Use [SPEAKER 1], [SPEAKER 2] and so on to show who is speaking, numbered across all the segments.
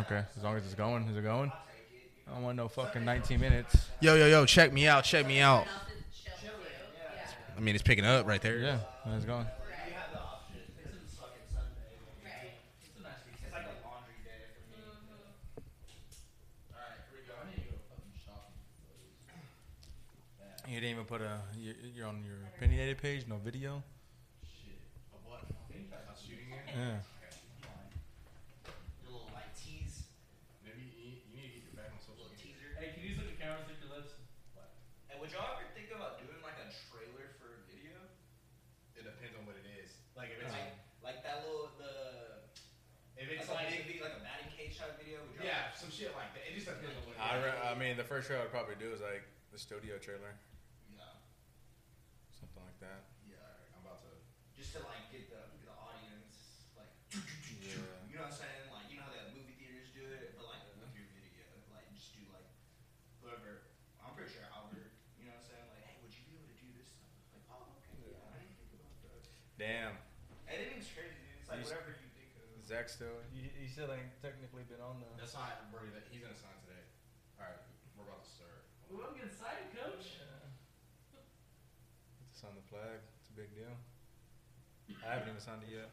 [SPEAKER 1] Okay, as long as it's going, is it going? I don't want no fucking 19 minutes.
[SPEAKER 2] Yo, yo, yo, check me out, check me out. I mean, it's picking up right there.
[SPEAKER 1] Yeah, it's going. You didn't even put a. you- You're on your opinionated page, no video. Yeah.
[SPEAKER 3] Hey, can you look at cameras with your lips?
[SPEAKER 4] Hey, would y'all ever think about doing like a trailer for a video?
[SPEAKER 2] It depends on what it is.
[SPEAKER 3] Like if it's
[SPEAKER 4] Like, like that little the
[SPEAKER 3] if
[SPEAKER 4] like
[SPEAKER 3] it's
[SPEAKER 4] a
[SPEAKER 3] like
[SPEAKER 4] big video, like a Matty Cage shot video. Would y'all
[SPEAKER 2] some shit like that. It just depends on what
[SPEAKER 1] I, re- I mean, the first trailer I'd probably do is like the studio trailer,
[SPEAKER 4] No.
[SPEAKER 1] something like that.
[SPEAKER 4] Yeah. alright.
[SPEAKER 2] I'm about to.
[SPEAKER 4] Just to like get the get the audience like
[SPEAKER 1] Yeah.
[SPEAKER 4] you know what I'm saying? Like you know how the movie theaters do it, but like with your video, like just do like whoever. I'm pretty sure Albert. You know what I'm saying? Like, hey, would you be able to do this? Like, oh, okay. Yeah. I didn't think about that.
[SPEAKER 1] Damn,
[SPEAKER 4] And it is crazy, dude. It's like
[SPEAKER 1] You s-
[SPEAKER 4] whatever you think of.
[SPEAKER 1] Zach still. You, you still ain't technically been on the.
[SPEAKER 2] That's why I'm worried that he's gonna sign today. All right, we're about to start.
[SPEAKER 3] Ooh, I'm getting excited, coach.
[SPEAKER 1] It's on the flag. It's a big deal. I haven't even signed it yet.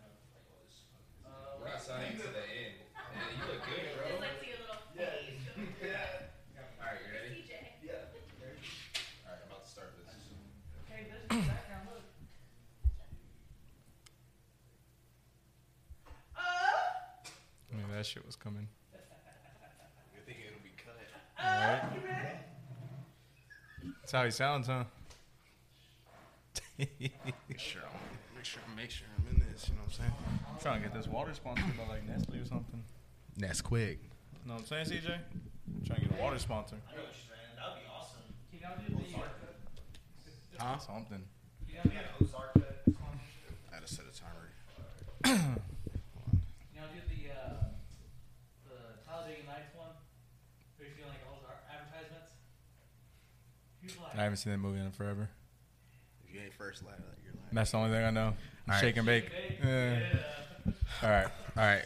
[SPEAKER 3] Uh,
[SPEAKER 2] We're not signing to the end. Man, you look good, bro.
[SPEAKER 5] Just like see a little face.
[SPEAKER 4] Yeah.
[SPEAKER 2] All right, you ready?
[SPEAKER 5] TJ.
[SPEAKER 4] Yeah.
[SPEAKER 2] All right, I'm about to start this.
[SPEAKER 3] hey, there's the background. Look.
[SPEAKER 1] I mean, that shit was coming.
[SPEAKER 2] You're thinking it'll be cut.
[SPEAKER 1] All right. That's how he sounds, huh?
[SPEAKER 2] Make sure, I'm, make sure, make sure I'm in this. You know what I'm saying?
[SPEAKER 1] trying to get this water sponsored by like Nestle or something.
[SPEAKER 2] That's quick.
[SPEAKER 1] You know what I'm saying, CJ? I'm trying to get a water sponsor.
[SPEAKER 4] I know what you're saying. That would be awesome.
[SPEAKER 3] Can y'all
[SPEAKER 4] Oh,
[SPEAKER 3] do the?
[SPEAKER 1] Huh? Something.
[SPEAKER 3] Can y'all do,
[SPEAKER 4] Yeah, Ozark. That's on.
[SPEAKER 2] I had to set a timer.
[SPEAKER 3] can y'all do the uh, the Talladega Nights one? Where you doing like all those ar- advertisements? Who's like?
[SPEAKER 1] I haven't seen that movie in forever.
[SPEAKER 2] If you ain't first, lie, you're lying.
[SPEAKER 1] That's the only thing I know.
[SPEAKER 2] All right.
[SPEAKER 1] Shake and bake.
[SPEAKER 3] Shake and bake.
[SPEAKER 1] Yeah.
[SPEAKER 3] Yeah.
[SPEAKER 1] All right.
[SPEAKER 2] All right.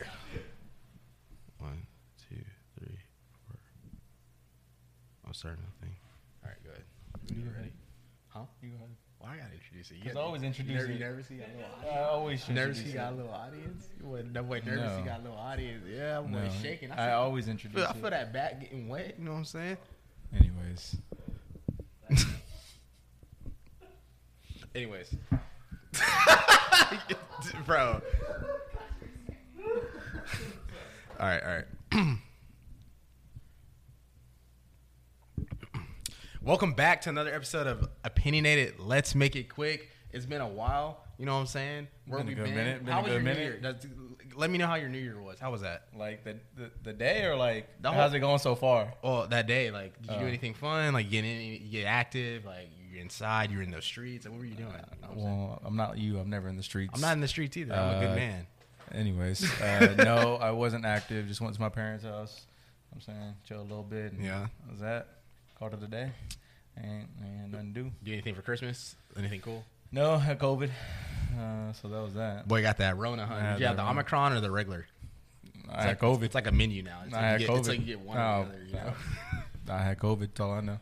[SPEAKER 2] One, two, three, four. I'm starting that thing. All right, go ahead.
[SPEAKER 1] You ready?
[SPEAKER 2] Huh?
[SPEAKER 1] You go ahead.
[SPEAKER 2] Well, I gotta introduce it. You
[SPEAKER 1] Because I
[SPEAKER 2] gotta-
[SPEAKER 1] always introduce
[SPEAKER 2] you never,
[SPEAKER 1] it.
[SPEAKER 2] You never see a little audience.
[SPEAKER 1] I always
[SPEAKER 2] Nervous,
[SPEAKER 1] introduce
[SPEAKER 2] he
[SPEAKER 1] it.
[SPEAKER 2] got a little audience. You wasn't- That boy nervous, he
[SPEAKER 1] No.
[SPEAKER 2] got a little audience. Yeah, I'm
[SPEAKER 1] No.
[SPEAKER 2] shaking. I
[SPEAKER 1] I
[SPEAKER 2] feel,
[SPEAKER 1] always
[SPEAKER 2] I,
[SPEAKER 1] introduce
[SPEAKER 2] feel, I feel
[SPEAKER 1] it.
[SPEAKER 2] that back getting wet. You know what I'm saying?
[SPEAKER 1] Anyways.
[SPEAKER 2] Anyways, bro. all right, all right. Welcome back to another episode of Opinionated. Let's make it quick. It's been a while. You know what I'm saying?
[SPEAKER 1] Been a
[SPEAKER 2] we
[SPEAKER 1] good minute, been
[SPEAKER 2] how
[SPEAKER 1] a
[SPEAKER 2] was
[SPEAKER 1] good
[SPEAKER 2] your
[SPEAKER 1] minute.
[SPEAKER 2] New Year? That's- let me know how your New Year was. How was that?
[SPEAKER 1] Like the, the, the day or like
[SPEAKER 2] The whole-
[SPEAKER 1] how's it going so far?
[SPEAKER 2] Oh, that day, like, did you do
[SPEAKER 1] Oh.
[SPEAKER 2] anything fun? Like, get in, you get active. Like, you're inside. You're in the streets. Like, what were you doing? You know what I'm, saying?
[SPEAKER 1] Uh, Well, I'm not you. I'm never in the streets.
[SPEAKER 2] I'm not in the streets either. I'm a good
[SPEAKER 1] Uh,
[SPEAKER 2] man.
[SPEAKER 1] Anyways, uh, no, I wasn't active. Just went to my parents' house. I'm saying chill a little bit. and
[SPEAKER 2] Yeah.
[SPEAKER 1] that was that. Called it a day. Ain't, ain't nothing to do.
[SPEAKER 2] Do anything for Christmas? Anything cool?
[SPEAKER 1] No, had COVID. Uh, so that was that.
[SPEAKER 2] Boy, got that Rona, huh?
[SPEAKER 1] I had
[SPEAKER 2] Did you have
[SPEAKER 1] that
[SPEAKER 2] the
[SPEAKER 1] Rona.
[SPEAKER 2] Omicron or the regular?
[SPEAKER 1] I had COVID.
[SPEAKER 2] It's like a menu now. It's
[SPEAKER 1] I
[SPEAKER 2] like,
[SPEAKER 1] had
[SPEAKER 2] you, get,
[SPEAKER 1] COVID.
[SPEAKER 2] it's like you get one
[SPEAKER 1] Oh,
[SPEAKER 2] or the other, you know?
[SPEAKER 1] I had COVID. That's all I know.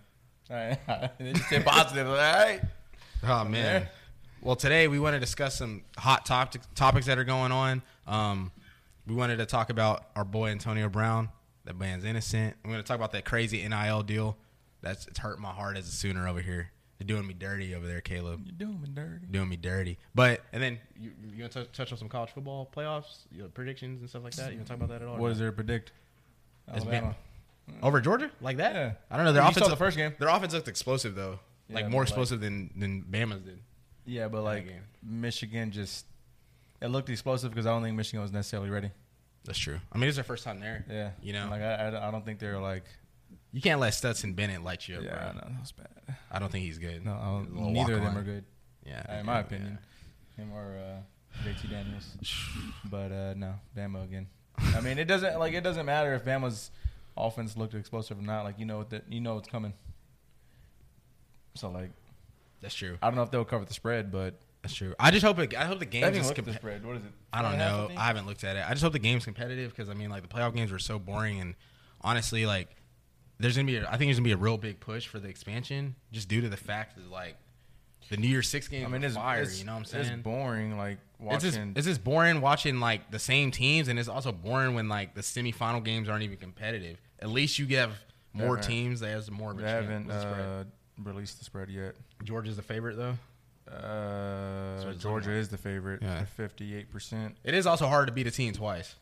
[SPEAKER 1] I, they just said positive. All right.
[SPEAKER 2] Oh, man.
[SPEAKER 1] Yeah.
[SPEAKER 2] Well, today we want to discuss some hot topic, topics that are going on. Um, we wanted to talk about our boy Antonio Brown. That man's innocent. We're going to talk about that crazy NIL deal. That's It's hurting my heart as a Sooner over here. They're doing me dirty over there, Caleb.
[SPEAKER 1] You're doing me dirty.
[SPEAKER 2] Doing me dirty. But, and then you, you going to touch on some college football playoffs, your predictions and stuff like that? You going to talk about that at all?
[SPEAKER 1] What is there to predict?
[SPEAKER 2] It's been-
[SPEAKER 1] Alabama.
[SPEAKER 2] Over Georgia? Like that?
[SPEAKER 1] Yeah.
[SPEAKER 2] I don't know. Their
[SPEAKER 1] You
[SPEAKER 2] offense
[SPEAKER 1] saw the first game.
[SPEAKER 2] Their offense looked explosive though.
[SPEAKER 1] Yeah,
[SPEAKER 2] like
[SPEAKER 1] but
[SPEAKER 2] more
[SPEAKER 1] like-
[SPEAKER 2] explosive than than Bama's did.
[SPEAKER 1] Yeah, but like
[SPEAKER 2] game.
[SPEAKER 1] Michigan just it looked explosive because I don't think Michigan was necessarily ready.
[SPEAKER 2] That's true. I mean, it's their first time there.
[SPEAKER 1] Yeah,
[SPEAKER 2] You know?
[SPEAKER 1] like I, I, I don't think they're like.
[SPEAKER 2] You can't let Stetson Bennett light you up,
[SPEAKER 1] Yeah,
[SPEAKER 2] bro.
[SPEAKER 1] no, that was bad.
[SPEAKER 2] I don't think he's good.
[SPEAKER 1] No, I don't-
[SPEAKER 2] He's a little
[SPEAKER 1] neither of them
[SPEAKER 2] walk-on.
[SPEAKER 1] are good, uh,
[SPEAKER 2] Yeah,
[SPEAKER 1] in my
[SPEAKER 2] yeah,
[SPEAKER 1] opinion. Him or uh, JT Daniels. But uh, no, Bama again. I mean, it doesn't like it doesn't matter if Bama's offense looked explosive or not. Like you know what that you know it's coming. So like
[SPEAKER 2] That's true.
[SPEAKER 1] I don't know if they'll cover the spread, but
[SPEAKER 2] That's true. I just hope it, I hope the
[SPEAKER 1] I
[SPEAKER 2] games
[SPEAKER 1] mean,
[SPEAKER 2] is
[SPEAKER 1] look at the
[SPEAKER 2] compa-
[SPEAKER 1] spread. What is it?
[SPEAKER 2] I don't
[SPEAKER 1] Four and a half,
[SPEAKER 2] know.
[SPEAKER 1] think?
[SPEAKER 2] I haven't looked at it. I just hope the game's competitive because I mean, like the playoff games were so boring, and honestly, like there's gonna be. A, I think there's gonna be a real big push for the expansion just due to the fact that like the New Year's Six game.
[SPEAKER 1] I mean, it's,
[SPEAKER 2] fire.
[SPEAKER 1] it's
[SPEAKER 2] you know what I'm
[SPEAKER 1] It's
[SPEAKER 2] saying?
[SPEAKER 1] boring. Like
[SPEAKER 2] It's
[SPEAKER 1] watching.
[SPEAKER 2] just, it's just boring watching like the same teams, and it's also boring when like the semifinal games aren't even competitive. At least you have more
[SPEAKER 1] Haven't-
[SPEAKER 2] teams that has more of a
[SPEAKER 1] they
[SPEAKER 2] chance.
[SPEAKER 1] haven't
[SPEAKER 2] What's the spread?
[SPEAKER 1] uh, released the spread yet.
[SPEAKER 2] Georgia's the favorite though.
[SPEAKER 1] Uh,
[SPEAKER 2] So it's
[SPEAKER 1] Georgia
[SPEAKER 2] like-
[SPEAKER 1] is the favorite.
[SPEAKER 2] Yeah.
[SPEAKER 1] Fifty-eight percent.
[SPEAKER 2] It is also hard to beat a team twice.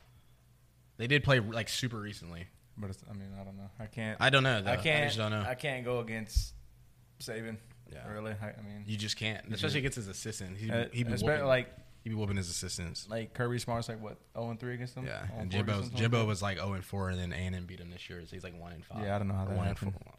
[SPEAKER 2] They did play like super recently.
[SPEAKER 1] But it's, I mean, I don't know. I can't.
[SPEAKER 2] I don't know. Though.
[SPEAKER 1] I can't. I,
[SPEAKER 2] just don't know.
[SPEAKER 1] can't go against Saban.
[SPEAKER 2] Yeah.
[SPEAKER 1] Really. I, I mean,
[SPEAKER 2] You just can't, especially against his assistant. He
[SPEAKER 1] uh,
[SPEAKER 2] he be
[SPEAKER 1] especially
[SPEAKER 2] whooping, like
[SPEAKER 1] like
[SPEAKER 2] he be whooping his assistants.
[SPEAKER 1] like Kirby Smart's like what zero and three against them.
[SPEAKER 2] Yeah,
[SPEAKER 1] 0
[SPEAKER 2] and
[SPEAKER 1] four
[SPEAKER 2] Jimbo
[SPEAKER 1] against them,
[SPEAKER 2] Jimbo
[SPEAKER 1] something?
[SPEAKER 2] was like zero and four, and then A and M beat him this year. So he's like one and five.
[SPEAKER 1] Yeah, I don't know how
[SPEAKER 2] Or
[SPEAKER 1] that
[SPEAKER 2] one and
[SPEAKER 1] happened.
[SPEAKER 2] four.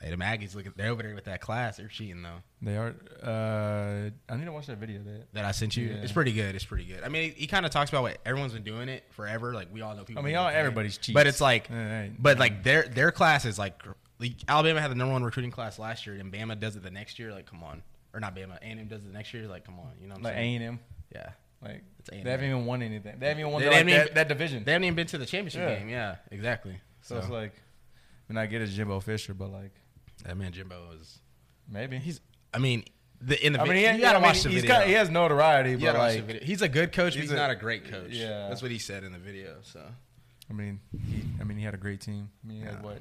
[SPEAKER 2] Hey, the Aggies looking. They're over there with that class. They're cheating though.
[SPEAKER 1] They are. Uh, I need to watch that video. That
[SPEAKER 2] That I sent you.
[SPEAKER 1] Yeah.
[SPEAKER 2] It's pretty good. It's pretty good. I mean, he, kind of talks about what everyone's been doing it forever. Like we all know
[SPEAKER 1] I
[SPEAKER 2] people.
[SPEAKER 1] mean,
[SPEAKER 2] who've
[SPEAKER 1] y'all,
[SPEAKER 2] been playing.
[SPEAKER 1] everybody's cheats.
[SPEAKER 2] But it's like,
[SPEAKER 1] All right.
[SPEAKER 2] but like their their class is like, like Alabama had the number one recruiting class last year, and Bama does it the next year. Like, come on, or not Bama, A and M does it the next year. Like, come on, you know what I'm
[SPEAKER 1] like A
[SPEAKER 2] saying?
[SPEAKER 1] and M.
[SPEAKER 2] yeah,
[SPEAKER 1] Like
[SPEAKER 2] It's
[SPEAKER 1] they
[SPEAKER 2] A&M.
[SPEAKER 1] haven't even won anything. They haven't even won
[SPEAKER 2] They
[SPEAKER 1] their, like,
[SPEAKER 2] haven't even-
[SPEAKER 1] that, that division.
[SPEAKER 2] they haven't even been to the championship
[SPEAKER 1] Yeah.
[SPEAKER 2] game. Yeah, exactly.
[SPEAKER 1] so
[SPEAKER 2] So,
[SPEAKER 1] it's like, I mean, I get it's Jimbo Fisher, but like
[SPEAKER 2] that man Jimbo is.
[SPEAKER 1] maybe he's.
[SPEAKER 2] I mean, the in the
[SPEAKER 1] I mean, he,
[SPEAKER 2] video, you gotta
[SPEAKER 1] I mean,
[SPEAKER 2] watch the
[SPEAKER 1] he's
[SPEAKER 2] video.
[SPEAKER 1] got- he has notoriety,
[SPEAKER 2] You
[SPEAKER 1] but
[SPEAKER 2] gotta watch the
[SPEAKER 1] like,
[SPEAKER 2] video. he's a good coach, but
[SPEAKER 1] he's
[SPEAKER 2] he's
[SPEAKER 1] a-
[SPEAKER 2] not a great coach.
[SPEAKER 1] yeah.
[SPEAKER 2] that's what he said in the video. So
[SPEAKER 1] I mean, he, I mean, he had a great team. I mean, he
[SPEAKER 2] Yeah.
[SPEAKER 1] had what?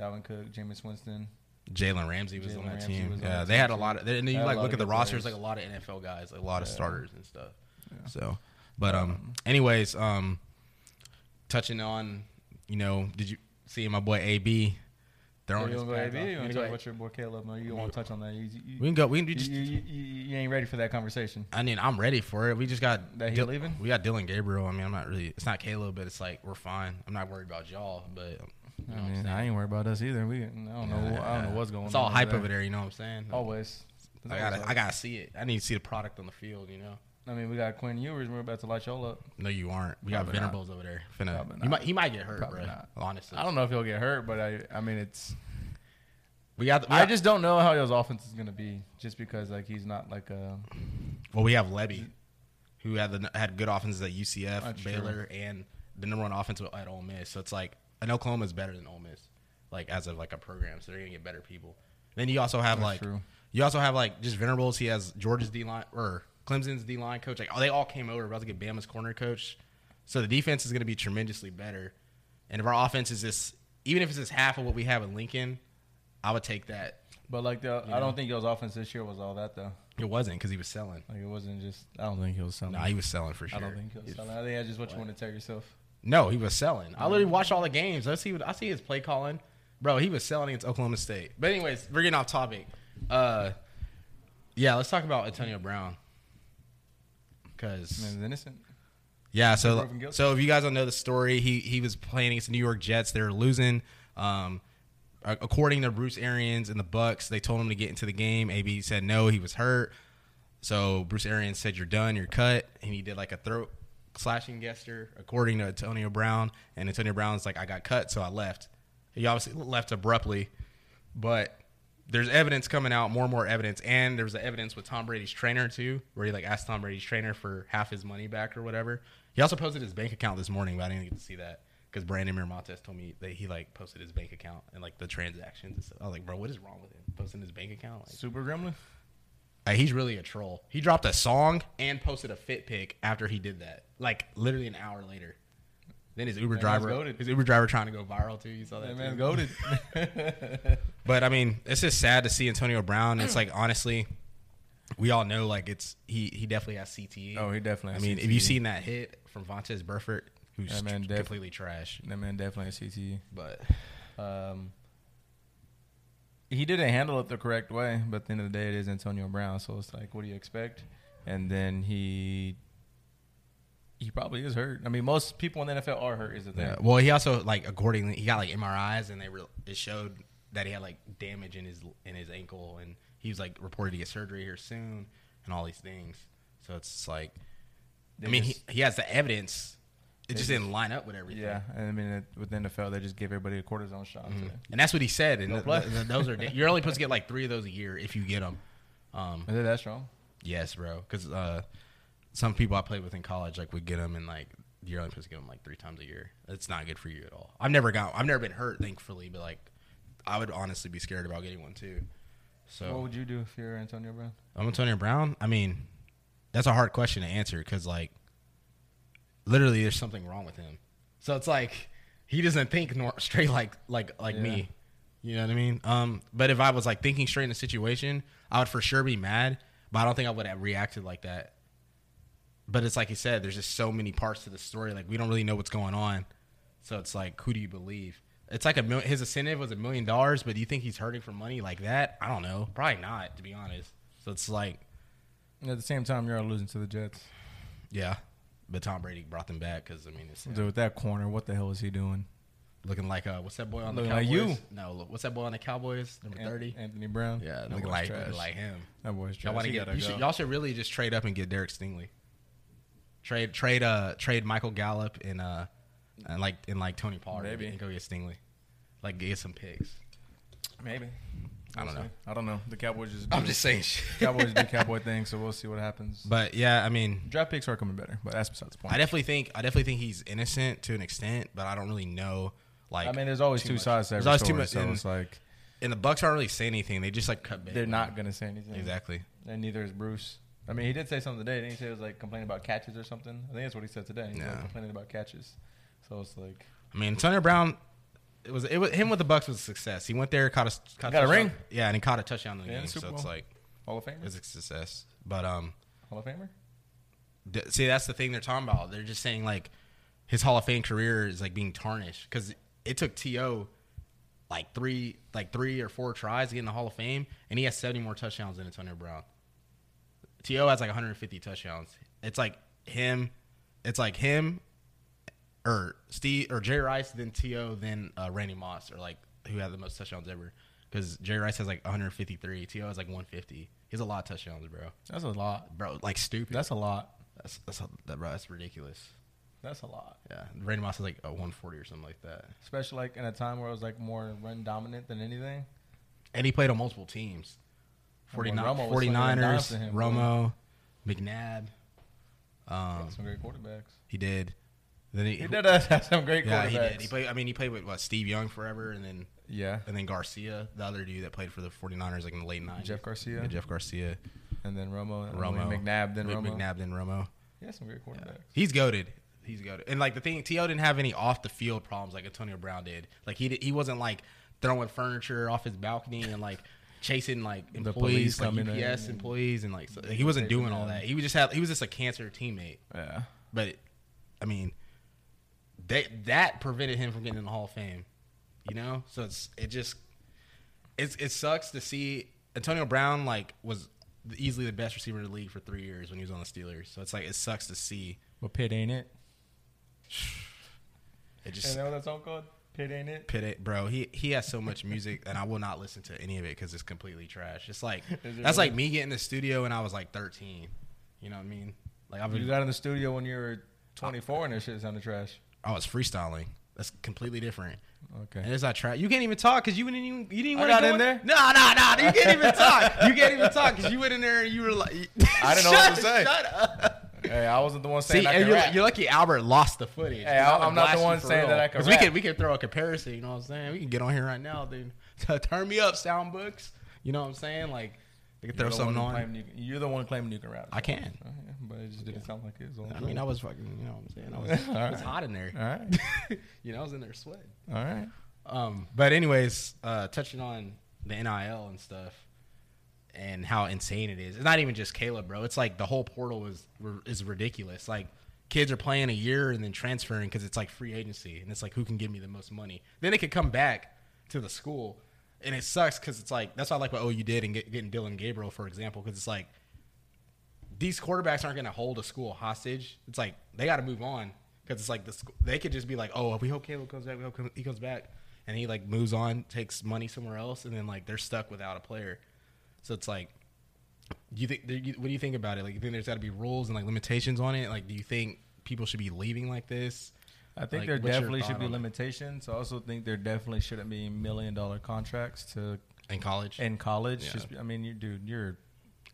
[SPEAKER 1] Dalvin Cook, Jameis Winston.
[SPEAKER 2] Jalen Ramsey was
[SPEAKER 1] Jalen
[SPEAKER 2] on that
[SPEAKER 1] Ramsey
[SPEAKER 2] team.
[SPEAKER 1] was on
[SPEAKER 2] Yeah,
[SPEAKER 1] that
[SPEAKER 2] they
[SPEAKER 1] team,
[SPEAKER 2] had a
[SPEAKER 1] too.
[SPEAKER 2] lot of. They, and
[SPEAKER 1] They
[SPEAKER 2] you
[SPEAKER 1] had a
[SPEAKER 2] like
[SPEAKER 1] lot
[SPEAKER 2] look
[SPEAKER 1] of
[SPEAKER 2] at the
[SPEAKER 1] good
[SPEAKER 2] roster.
[SPEAKER 1] players.
[SPEAKER 2] There's like a lot of NFL guys, like a lot of
[SPEAKER 1] Yeah.
[SPEAKER 2] starters and stuff.
[SPEAKER 1] Yeah.
[SPEAKER 2] So, but um, anyways, um, touching on, you know, did you see my boy AB throwing
[SPEAKER 1] you
[SPEAKER 2] his
[SPEAKER 1] wanna go
[SPEAKER 2] pads
[SPEAKER 1] AB?
[SPEAKER 2] off?
[SPEAKER 1] You
[SPEAKER 2] You
[SPEAKER 1] wanna
[SPEAKER 2] wanna
[SPEAKER 1] talk
[SPEAKER 2] go
[SPEAKER 1] about your boy Caleb? No, you don't want to touch on that. You, you,
[SPEAKER 2] We can go. We can
[SPEAKER 1] you,
[SPEAKER 2] do just.
[SPEAKER 1] you, you, you ain't ready for that conversation.
[SPEAKER 2] I mean, I'm ready for it. We just got
[SPEAKER 1] That he leaving?
[SPEAKER 2] We got Dylan Gabriel. I mean, I'm not really. It's not Caleb, but it's like we're fine. I'm not worried about y'all, but
[SPEAKER 1] I
[SPEAKER 2] you know what I'm
[SPEAKER 1] mean,
[SPEAKER 2] saying.
[SPEAKER 1] I ain't worried about us either. We, I don't know. I don't know what's going on.
[SPEAKER 2] It's all hype over there. You know what I'm saying?
[SPEAKER 1] Always. It's
[SPEAKER 2] I
[SPEAKER 1] always
[SPEAKER 2] gotta,
[SPEAKER 1] hype.
[SPEAKER 2] I gotta see it. I need to see the product on the field. You know.
[SPEAKER 1] I mean, we got Quinn Ewers. We're about to light y'all up.
[SPEAKER 2] No, you aren't. We got
[SPEAKER 1] Probably not.
[SPEAKER 2] Venerables over there. Finna,
[SPEAKER 1] Probably
[SPEAKER 2] he
[SPEAKER 1] not.
[SPEAKER 2] might, he might get hurt,
[SPEAKER 1] Probably
[SPEAKER 2] bro.
[SPEAKER 1] not.
[SPEAKER 2] Honestly,
[SPEAKER 1] I don't know if he'll get hurt, but I, I mean, it's.
[SPEAKER 2] we got. The, we
[SPEAKER 1] I
[SPEAKER 2] got-
[SPEAKER 1] just don't know how y'all's offense is gonna be, just because like he's not like uh, a.
[SPEAKER 2] Well, we have Levy, who had the, had good offenses at UCF,
[SPEAKER 1] That's true.
[SPEAKER 2] Baylor, and the number one offense at Ole Miss. So it's like, and Oklahoma is better than Ole Miss, like as of like a program. So they're gonna get better people. Then you also have
[SPEAKER 1] That's
[SPEAKER 2] like,
[SPEAKER 1] true.
[SPEAKER 2] you also have like just Venerables. He has Georgia's D line or Clemson's D line coach. Like, oh, they all came over. We're about to get Bama's corner coach. So the defense is gonna be tremendously better. And if our offense is this, even if it's just half of what we have in Lincoln, I would take that.
[SPEAKER 1] But like the, I don't think y'all's offense this year was all that though.
[SPEAKER 2] It wasn't because he was selling.
[SPEAKER 1] Like it wasn't just. I don't think he was something.
[SPEAKER 2] No, he was selling for sure.
[SPEAKER 1] I don't think he was something. I think that's just what, you want to tell yourself.
[SPEAKER 2] No, he was selling. I literally watched all the games. I see, I see his play calling, bro. He was selling against Oklahoma State. But anyways, we're getting off topic. Uh, yeah, let's talk about Antonio Brown. Cause
[SPEAKER 1] Man, he's innocent.
[SPEAKER 2] yeah, so
[SPEAKER 1] Proven guilty.
[SPEAKER 2] so if you guys don't know the story, he he was playing against the New York Jets. They were losing. Um, a- according to Bruce Arians and the Bucks, they told him to get into the game. AB said no, he was hurt. So Bruce Arians said, "You're done, you're cut," and he did like a throat slashing gesture, according to Antonio Brown. And Antonio Brown's like, "I got cut, so I left." He obviously left abruptly, but there's evidence coming out, more and more evidence, and there was the evidence with Tom Brady's trainer too, where he like asked Tom Brady's trainer for half his money back or whatever. He also posted his bank account this morning, but I didn't get to see that because Brandon Miramontes told me that he like posted his bank account and like the transactions. And stuff. I was like, bro, what is wrong with him posting his bank account? Like,
[SPEAKER 1] Super gremlin.
[SPEAKER 2] like, he's really a troll. He dropped a song and posted a fit pic after he did that. Like literally an hour later. Then his Uber
[SPEAKER 1] That man's
[SPEAKER 2] driver,
[SPEAKER 1] goated.
[SPEAKER 2] his Uber driver trying to go viral too. You saw that?
[SPEAKER 1] That
[SPEAKER 2] too?
[SPEAKER 1] man goaded.
[SPEAKER 2] But I mean, it's just sad to see Antonio Brown. It's like honestly, we all know like it's he he definitely has CTE.
[SPEAKER 1] Oh, he definitely
[SPEAKER 2] I
[SPEAKER 1] has
[SPEAKER 2] mean, if
[SPEAKER 1] CTE.
[SPEAKER 2] you seen that hit from Vontez Burford, who's
[SPEAKER 1] That man
[SPEAKER 2] tr-
[SPEAKER 1] def-
[SPEAKER 2] completely trash,
[SPEAKER 1] that man definitely a
[SPEAKER 2] but
[SPEAKER 1] CTE. Um, he didn't handle it the correct way, but at the end of the day, it is Antonio Brown, so it's like, what do you expect? And then he. He probably is hurt. I mean, most people in the NFL are hurt, is the thing.
[SPEAKER 2] yeah. uh, Well, he also like accordingly he got like MRIs and they re- it showed that he had like damage in his in his ankle and he was like reported to get surgery here soon and all these things. So it's just, like,
[SPEAKER 1] They
[SPEAKER 2] I mean,
[SPEAKER 1] just-
[SPEAKER 2] he, he has the evidence. It
[SPEAKER 1] They
[SPEAKER 2] just didn't line up with everything.
[SPEAKER 1] Yeah, and I mean, it, with the NFL, they just give everybody a cortisone shot. today.
[SPEAKER 2] And that's what he said. And
[SPEAKER 1] No
[SPEAKER 2] th-
[SPEAKER 1] play.
[SPEAKER 2] th- those are you're only supposed to get like three of those a year if you get them. Um,
[SPEAKER 1] Is it that strong?
[SPEAKER 2] Yes, bro. Because uh, some people I played with in college, like, would get them and like you're only supposed to get them like three times a year. It's not good for you at all. I've never got. I've never been hurt, thankfully, but like, I would honestly be scared about getting one too. So
[SPEAKER 1] What would you do if you're Antonio Brown?
[SPEAKER 2] I'm Antonio Brown. I mean, that's a hard question to answer because like, literally, there's something wrong with him. So it's like he doesn't think nor- straight like like like
[SPEAKER 1] Yeah.
[SPEAKER 2] me. You know what I mean? Um, but if I was like thinking straight in the situation, I would for sure be mad. But I don't think I would have reacted like that. But it's like you said, there's just so many parts to the story. Like we don't really know what's going on. So it's like, who do you believe? It's like a mil- his incentive was a million dollars, but do you think he's hurting for money like that? I don't know. Probably not, to be honest. So it's like,
[SPEAKER 1] And at the same time, you're all losing to the Jets.
[SPEAKER 2] yeah. But Tom Brady brought them back because I mean, it's
[SPEAKER 1] Dude, with that corner, what the hell is he doing?
[SPEAKER 2] looking like uh, what's that boy on the
[SPEAKER 1] Looking like
[SPEAKER 2] Cowboys?
[SPEAKER 1] you.
[SPEAKER 2] No, look, what's that boy on the Cowboys? Number
[SPEAKER 1] An-
[SPEAKER 2] thirty.
[SPEAKER 1] Anthony Brown.
[SPEAKER 2] Yeah,
[SPEAKER 1] that
[SPEAKER 2] looking
[SPEAKER 1] boy's
[SPEAKER 2] like
[SPEAKER 1] trash.
[SPEAKER 2] like him.
[SPEAKER 1] That boy's trash.
[SPEAKER 2] Y'all want to
[SPEAKER 1] He
[SPEAKER 2] get?
[SPEAKER 1] gotta
[SPEAKER 2] You should,
[SPEAKER 1] go.
[SPEAKER 2] y'all should really just trade up and get Derek Stingley. Trade trade uh trade Michael Gallup and uh and like and like Tony Pollard
[SPEAKER 1] Maybe.
[SPEAKER 2] and go get Stingley. Like get some picks.
[SPEAKER 1] Maybe.
[SPEAKER 2] I don't
[SPEAKER 1] We'll
[SPEAKER 2] know.
[SPEAKER 1] see. I don't know. The Cowboys just.
[SPEAKER 2] I'm
[SPEAKER 1] do-
[SPEAKER 2] just saying. Shit.
[SPEAKER 1] Cowboys do cowboy things, so we'll see what happens.
[SPEAKER 2] But yeah, I mean,
[SPEAKER 1] Draft picks are coming better, but that's besides the point.
[SPEAKER 2] I definitely think I definitely think he's innocent to an extent, but I don't really know. Like
[SPEAKER 1] I mean, there's always
[SPEAKER 2] too
[SPEAKER 1] two
[SPEAKER 2] much.
[SPEAKER 1] sides to
[SPEAKER 2] There's
[SPEAKER 1] every
[SPEAKER 2] always too
[SPEAKER 1] story,
[SPEAKER 2] much-
[SPEAKER 1] so
[SPEAKER 2] and-
[SPEAKER 1] it's like
[SPEAKER 2] and the Bucks aren't really saying anything. They just like cut. bait.
[SPEAKER 1] they're not gonna say anything.
[SPEAKER 2] exactly.
[SPEAKER 1] And neither is Bruce. I mean, he did say something today. Didn't he say it was like complaining about catches or something? I think that's what he said today. He's
[SPEAKER 2] Yeah.
[SPEAKER 1] like complaining about catches. So it's like
[SPEAKER 2] I mean, Antonio Brown. It was it was him with the Bucks was a success. He went there, caught a caught
[SPEAKER 1] Got a
[SPEAKER 2] touchdown.
[SPEAKER 1] ring.
[SPEAKER 2] yeah, and he caught a touchdown in the
[SPEAKER 1] Yeah,
[SPEAKER 2] game.
[SPEAKER 1] Super
[SPEAKER 2] So it's
[SPEAKER 1] Bowl.
[SPEAKER 2] like
[SPEAKER 1] Hall of Famer.
[SPEAKER 2] it was a success. But um,
[SPEAKER 1] Hall of Famer.
[SPEAKER 2] d- see, that's the thing they're talking about. They're just saying like his Hall of Fame career is like being tarnished because it took To like three like three or four tries to get in the Hall of Fame, and he has seventy more touchdowns than Antonio Brown. To has like 150 touchdowns. It's like him. It's like him, or Steve or Jerry Rice, then To, then uh, Randy Moss, or like who had the most touchdowns ever. Because Jerry Rice has like 153. To has like 150. He has a lot of touchdowns, bro.
[SPEAKER 1] That's a lot.
[SPEAKER 2] Bro, like stupid.
[SPEAKER 1] That's a lot.
[SPEAKER 2] That's that's that, bro, that's ridiculous.
[SPEAKER 1] That's a lot.
[SPEAKER 2] Yeah, Randy Moss is like a 140 or something like that,
[SPEAKER 1] Especially like in a time where I was like more run dominant than anything.
[SPEAKER 2] and he played on multiple teams.
[SPEAKER 1] And when
[SPEAKER 2] 49,
[SPEAKER 1] Romo was slinging dimes
[SPEAKER 2] 49ers,
[SPEAKER 1] to him,
[SPEAKER 2] Romo, McNabb. Um,
[SPEAKER 1] That's some great quarterbacks.
[SPEAKER 2] he did. Then he,
[SPEAKER 1] He did have some great
[SPEAKER 2] Yeah,
[SPEAKER 1] quarterbacks.
[SPEAKER 2] he did. He played. I mean, he played with what Steve Young forever, and then
[SPEAKER 1] yeah.
[SPEAKER 2] and then Garcia, the other dude that played for the 49ers like in the late 90s.
[SPEAKER 1] Jeff Garcia.
[SPEAKER 2] Yeah, Jeff Garcia,
[SPEAKER 1] And then Romo. and
[SPEAKER 2] Romo,
[SPEAKER 1] McNabb. Then
[SPEAKER 2] Mc-
[SPEAKER 1] Romo.
[SPEAKER 2] McNabb, then Romo.
[SPEAKER 1] He has some great quarterbacks.
[SPEAKER 2] He's goaded. He's goaded. And like the thing, To didn't have any off the field problems like Antonio Brown did. Like he did, he wasn't like throwing furniture off his balcony and like chasing like
[SPEAKER 1] The
[SPEAKER 2] employees,
[SPEAKER 1] police
[SPEAKER 2] like
[SPEAKER 1] coming in
[SPEAKER 2] UPS
[SPEAKER 1] and-
[SPEAKER 2] employees, and like so, he wasn't
[SPEAKER 1] Chasing
[SPEAKER 2] doing all
[SPEAKER 1] them.
[SPEAKER 2] that. He was just had he was just a cancer teammate.
[SPEAKER 1] Yeah.
[SPEAKER 2] But I mean, that that prevented him from getting in the Hall of Fame. You know, so it's it just it's it sucks to see Antonio Brown like was easily the best receiver in the league for three years when he was on the Steelers. So it's like it sucks to see.
[SPEAKER 1] But Pitt ain't it.
[SPEAKER 2] It
[SPEAKER 1] And uh,
[SPEAKER 2] just
[SPEAKER 1] know what that song called? Pitt ain't it.
[SPEAKER 2] pit it, bro. He he has so much music, and I will not listen to any of it because it's completely trash. It's like
[SPEAKER 1] Is
[SPEAKER 2] that's
[SPEAKER 1] it
[SPEAKER 2] like me getting in the studio when I was like thirteen. You know what I mean? Like I've
[SPEAKER 1] You
[SPEAKER 2] been,
[SPEAKER 1] got in the studio when you were 24 and that shit sounded trash.
[SPEAKER 2] I was freestyling. That's completely different. And
[SPEAKER 1] Okay.
[SPEAKER 2] it's not trash. You can't even talk because you didn't even you didn't
[SPEAKER 1] I
[SPEAKER 2] want
[SPEAKER 1] got
[SPEAKER 2] to
[SPEAKER 1] in there.
[SPEAKER 2] No, no, no. You can't even talk. You can't even talk because you went in there and you were like,
[SPEAKER 1] I didn't know what
[SPEAKER 2] Shut-
[SPEAKER 1] to say.
[SPEAKER 2] Shut up.
[SPEAKER 1] Hey, I wasn't the one saying
[SPEAKER 2] See,
[SPEAKER 1] I
[SPEAKER 2] and
[SPEAKER 1] could
[SPEAKER 2] you're,
[SPEAKER 1] rap.
[SPEAKER 2] you're lucky Albert lost the footage. 'cause
[SPEAKER 1] Hey,
[SPEAKER 2] I
[SPEAKER 1] I'm-
[SPEAKER 2] would
[SPEAKER 1] I'm not
[SPEAKER 2] blast
[SPEAKER 1] the
[SPEAKER 2] you
[SPEAKER 1] one
[SPEAKER 2] for
[SPEAKER 1] saying
[SPEAKER 2] real.
[SPEAKER 1] that I could
[SPEAKER 2] 'Cause We
[SPEAKER 1] rap.
[SPEAKER 2] can we can throw a comparison. You know what I'm saying? We can get on here right now, dude. Turn me up, sound books. You know what I'm saying? Like they can
[SPEAKER 1] You're
[SPEAKER 2] throw
[SPEAKER 1] the
[SPEAKER 2] something
[SPEAKER 1] one
[SPEAKER 2] on.
[SPEAKER 1] claiming You, you're the one claiming you can rap.
[SPEAKER 2] I can.
[SPEAKER 1] Oh, yeah, but it just didn't sound like it. Was all
[SPEAKER 2] I mean, I was fucking. You know what I'm saying? I was,
[SPEAKER 1] All
[SPEAKER 2] it
[SPEAKER 1] right.
[SPEAKER 2] was hot in there.
[SPEAKER 1] all right,
[SPEAKER 2] you know, I was in there sweating.
[SPEAKER 1] all right.
[SPEAKER 2] Um, but anyways, uh, touching on the NIL and stuff and how insane it is. It's not even just Caleb, bro. It's like the whole portal is is ridiculous. Like kids are playing a year and then transferring because it's like free agency and it's like who can give me the most money. Then they could come back to the school, and it sucks because it's like that's why I like what OU did and get, getting Dylan Gabriel for example because it's like these quarterbacks aren't going to hold a school hostage. It's like they got to move on because it's like the sc- they could just be like, oh, we hope Caleb comes back. We hope Caleb- he comes back, and he like moves on, takes money somewhere else, and then like they're stuck without a player. So it's like, do you think? do you- What do you think about it? Like, you think there's got to be rules and like limitations on it? Like, do you think people should be leaving like this?
[SPEAKER 1] I think
[SPEAKER 2] Like,
[SPEAKER 1] there
[SPEAKER 2] what's your
[SPEAKER 1] definitely
[SPEAKER 2] thought
[SPEAKER 1] should be
[SPEAKER 2] on it?
[SPEAKER 1] limitations. I also think there definitely shouldn't be million dollar contracts to
[SPEAKER 2] in college?
[SPEAKER 1] in college.
[SPEAKER 2] Yeah.
[SPEAKER 1] Just, I mean, you dude, you're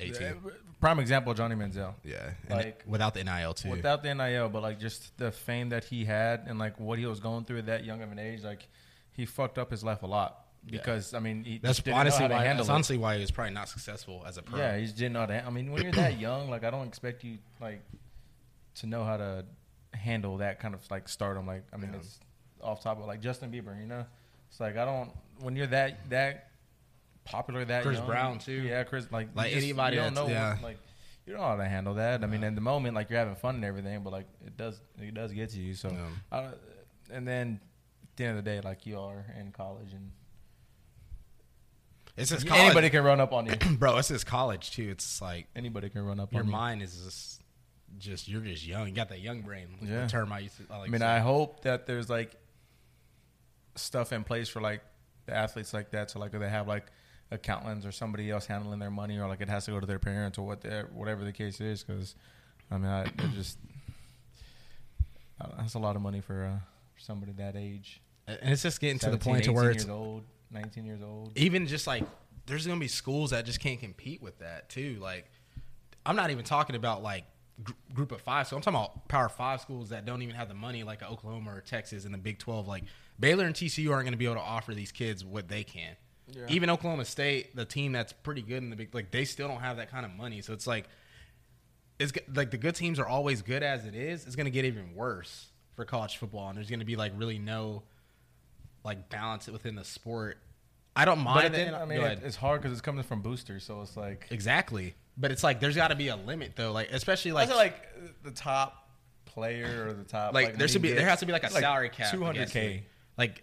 [SPEAKER 2] eighteen.
[SPEAKER 1] Prime example, Johnny Manziel.
[SPEAKER 2] Yeah, and
[SPEAKER 1] Like-
[SPEAKER 2] without the nil too.
[SPEAKER 1] Without the NIL, but like just the fame that he had and like what he was going through at that young of an age, like he fucked up his life a lot because I mean he
[SPEAKER 2] that's
[SPEAKER 1] just didn't know
[SPEAKER 2] honestly
[SPEAKER 1] how to
[SPEAKER 2] why.
[SPEAKER 1] handle
[SPEAKER 2] That's
[SPEAKER 1] it.
[SPEAKER 2] honestly why he was probably not successful as a pro.
[SPEAKER 1] Yeah, he just didn't know how to. I mean, when you're that young, like I don't expect you like to know how to handle that kind of like stardom. Like I mean,
[SPEAKER 2] Yeah.
[SPEAKER 1] it's off top of like Justin Bieber. You know, it's like I don't when you're that that popular that
[SPEAKER 2] Chris
[SPEAKER 1] young-
[SPEAKER 2] Brown, too.
[SPEAKER 1] Yeah, Chris. Like you
[SPEAKER 2] Like, anybody
[SPEAKER 1] you don't know.
[SPEAKER 2] that's- yeah.
[SPEAKER 1] Like you don't know how to handle that. I mean, in the moment, like you're having fun and everything, but like it does it does get to you. So,
[SPEAKER 2] Yeah.
[SPEAKER 1] I, and then at the end of the day, like you are in college and.
[SPEAKER 2] It's his college,
[SPEAKER 1] Anybody can run up on you.
[SPEAKER 2] bro. It's his college too. It's like
[SPEAKER 1] Anybody can run up
[SPEAKER 2] your
[SPEAKER 1] on you.
[SPEAKER 2] mind is just, just you're just young. You got that young brain. Like
[SPEAKER 1] Yeah.
[SPEAKER 2] The term I used to. I, like
[SPEAKER 1] I mean,
[SPEAKER 2] to-
[SPEAKER 1] I hope that there's like stuff in place for like the athletes like that. So like, they have like accountants or somebody else handling their money, or like it has to go to their parents or what, the- whatever the case is. Because I mean, I it just I don't- that's a lot of money for uh, for somebody that age.
[SPEAKER 2] and it's just getting to the
[SPEAKER 1] 17,
[SPEAKER 2] point to
[SPEAKER 1] 18
[SPEAKER 2] where
[SPEAKER 1] years
[SPEAKER 2] it's
[SPEAKER 1] old, nineteen years old.
[SPEAKER 2] even just like there's gonna be schools that just can't compete with that too. Like I'm not even talking about like gr- group of five. So I'm talking about power five schools that don't even have the money, like Oklahoma or Texas in the Big Twelve. Like Baylor and TCU aren't gonna be able to offer these kids what they can. Even Oklahoma State, the team that's pretty good in the big, like they still don't have that kind of money. So it's like it's g- like the good teams are always good as it is. It's going to get even worse for college football, and there's going to be like really no like balance within the sport. I don't
[SPEAKER 1] But
[SPEAKER 2] mind.
[SPEAKER 1] at the
[SPEAKER 2] that-
[SPEAKER 1] end, I
[SPEAKER 2] go
[SPEAKER 1] mean,
[SPEAKER 2] ahead.
[SPEAKER 1] it, it's hard because it's coming from boosters, so it's like
[SPEAKER 2] exactly, but it's like there's got to be a limit though. Like especially like,
[SPEAKER 1] like, like the top player or the top
[SPEAKER 2] like, there should be there has to be like a salary cap.
[SPEAKER 1] two hundred k.
[SPEAKER 2] against- Like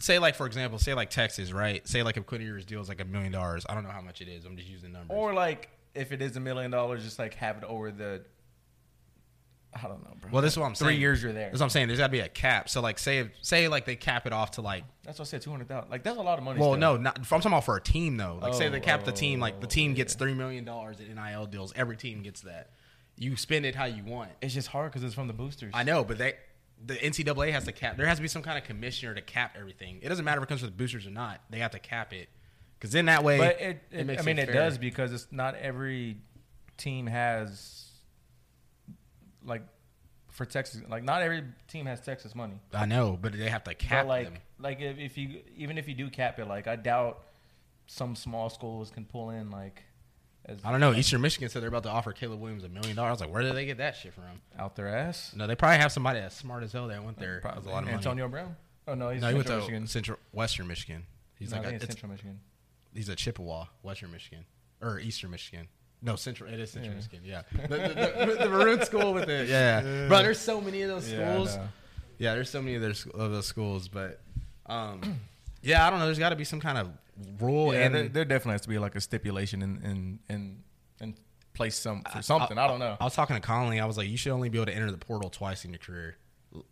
[SPEAKER 2] say like for example, say like Texas, right? Say like if Quinn Ewers deal is like a million dollars. I don't know how much it is. I'm just using numbers.
[SPEAKER 1] Or like, if it is a million dollars, just like have it over the. I don't know, bro.
[SPEAKER 2] well, this is what I'm
[SPEAKER 1] three
[SPEAKER 2] saying.
[SPEAKER 1] years you're there.
[SPEAKER 2] That's what I'm saying. There's got to be a cap. So like say say like they cap it off to like
[SPEAKER 1] That's what I said, two hundred thousand. Like that's a lot of money.
[SPEAKER 2] Well,
[SPEAKER 1] still.
[SPEAKER 2] no, not, I'm talking about for a team though. Like, say
[SPEAKER 1] Oh,
[SPEAKER 2] they cap the team, like the team
[SPEAKER 1] oh,
[SPEAKER 2] gets
[SPEAKER 1] yeah.
[SPEAKER 2] three million dollars in NIL deals. Every team gets that. You spend it how you want.
[SPEAKER 1] it's just hard because it's from the boosters.
[SPEAKER 2] I know, but they, the NCAA has to cap. There has to be some kind of commissioner to cap everything. It doesn't matter if it comes from the boosters or not. They have to cap it because then that way,
[SPEAKER 1] but it. it-
[SPEAKER 2] makes
[SPEAKER 1] I mean, it,
[SPEAKER 2] fair.
[SPEAKER 1] does because it's not every team has. Like, for Texas, like not every team has Texas money.
[SPEAKER 2] I know, but they have to cap
[SPEAKER 1] But like,
[SPEAKER 2] them.
[SPEAKER 1] like if, if you even if you do cap it, like I doubt some small schools can pull in like. As
[SPEAKER 2] I don't know. Eastern Michigan said they're about to offer Caleb Williams a million dollars. I was like, where did they get that shit from?
[SPEAKER 1] out their ass.
[SPEAKER 2] No, they probably have somebody that's smart as hell that went there. That was a
[SPEAKER 1] Probably.
[SPEAKER 2] lot of money.
[SPEAKER 1] Antonio Brown. Oh no, he's
[SPEAKER 2] no, he went to
[SPEAKER 1] Central Michigan.
[SPEAKER 2] Central Western Michigan. He's
[SPEAKER 1] No, I
[SPEAKER 2] like,
[SPEAKER 1] think
[SPEAKER 2] a,
[SPEAKER 1] it's
[SPEAKER 2] it's,
[SPEAKER 1] Central Michigan.
[SPEAKER 2] he's a Chippewa, Western Michigan or Eastern Michigan. No, Central. It is Central
[SPEAKER 1] Yeah.
[SPEAKER 2] Michigan. Yeah, the, the, the, the maroon school with it. Yeah, bro. There's so many of those
[SPEAKER 1] Yeah, I
[SPEAKER 2] schools. Yeah,
[SPEAKER 1] know.
[SPEAKER 2] there's so many of, their, sc- of those schools, but um, yeah, I don't know. There's got to be some kind of rule
[SPEAKER 1] Yeah,
[SPEAKER 2] and
[SPEAKER 1] there, there definitely has to be like a stipulation in in in, in place some for something. I, don't know.
[SPEAKER 2] I was talking to Conley. I was like, you should only be able to enter the portal twice in your career.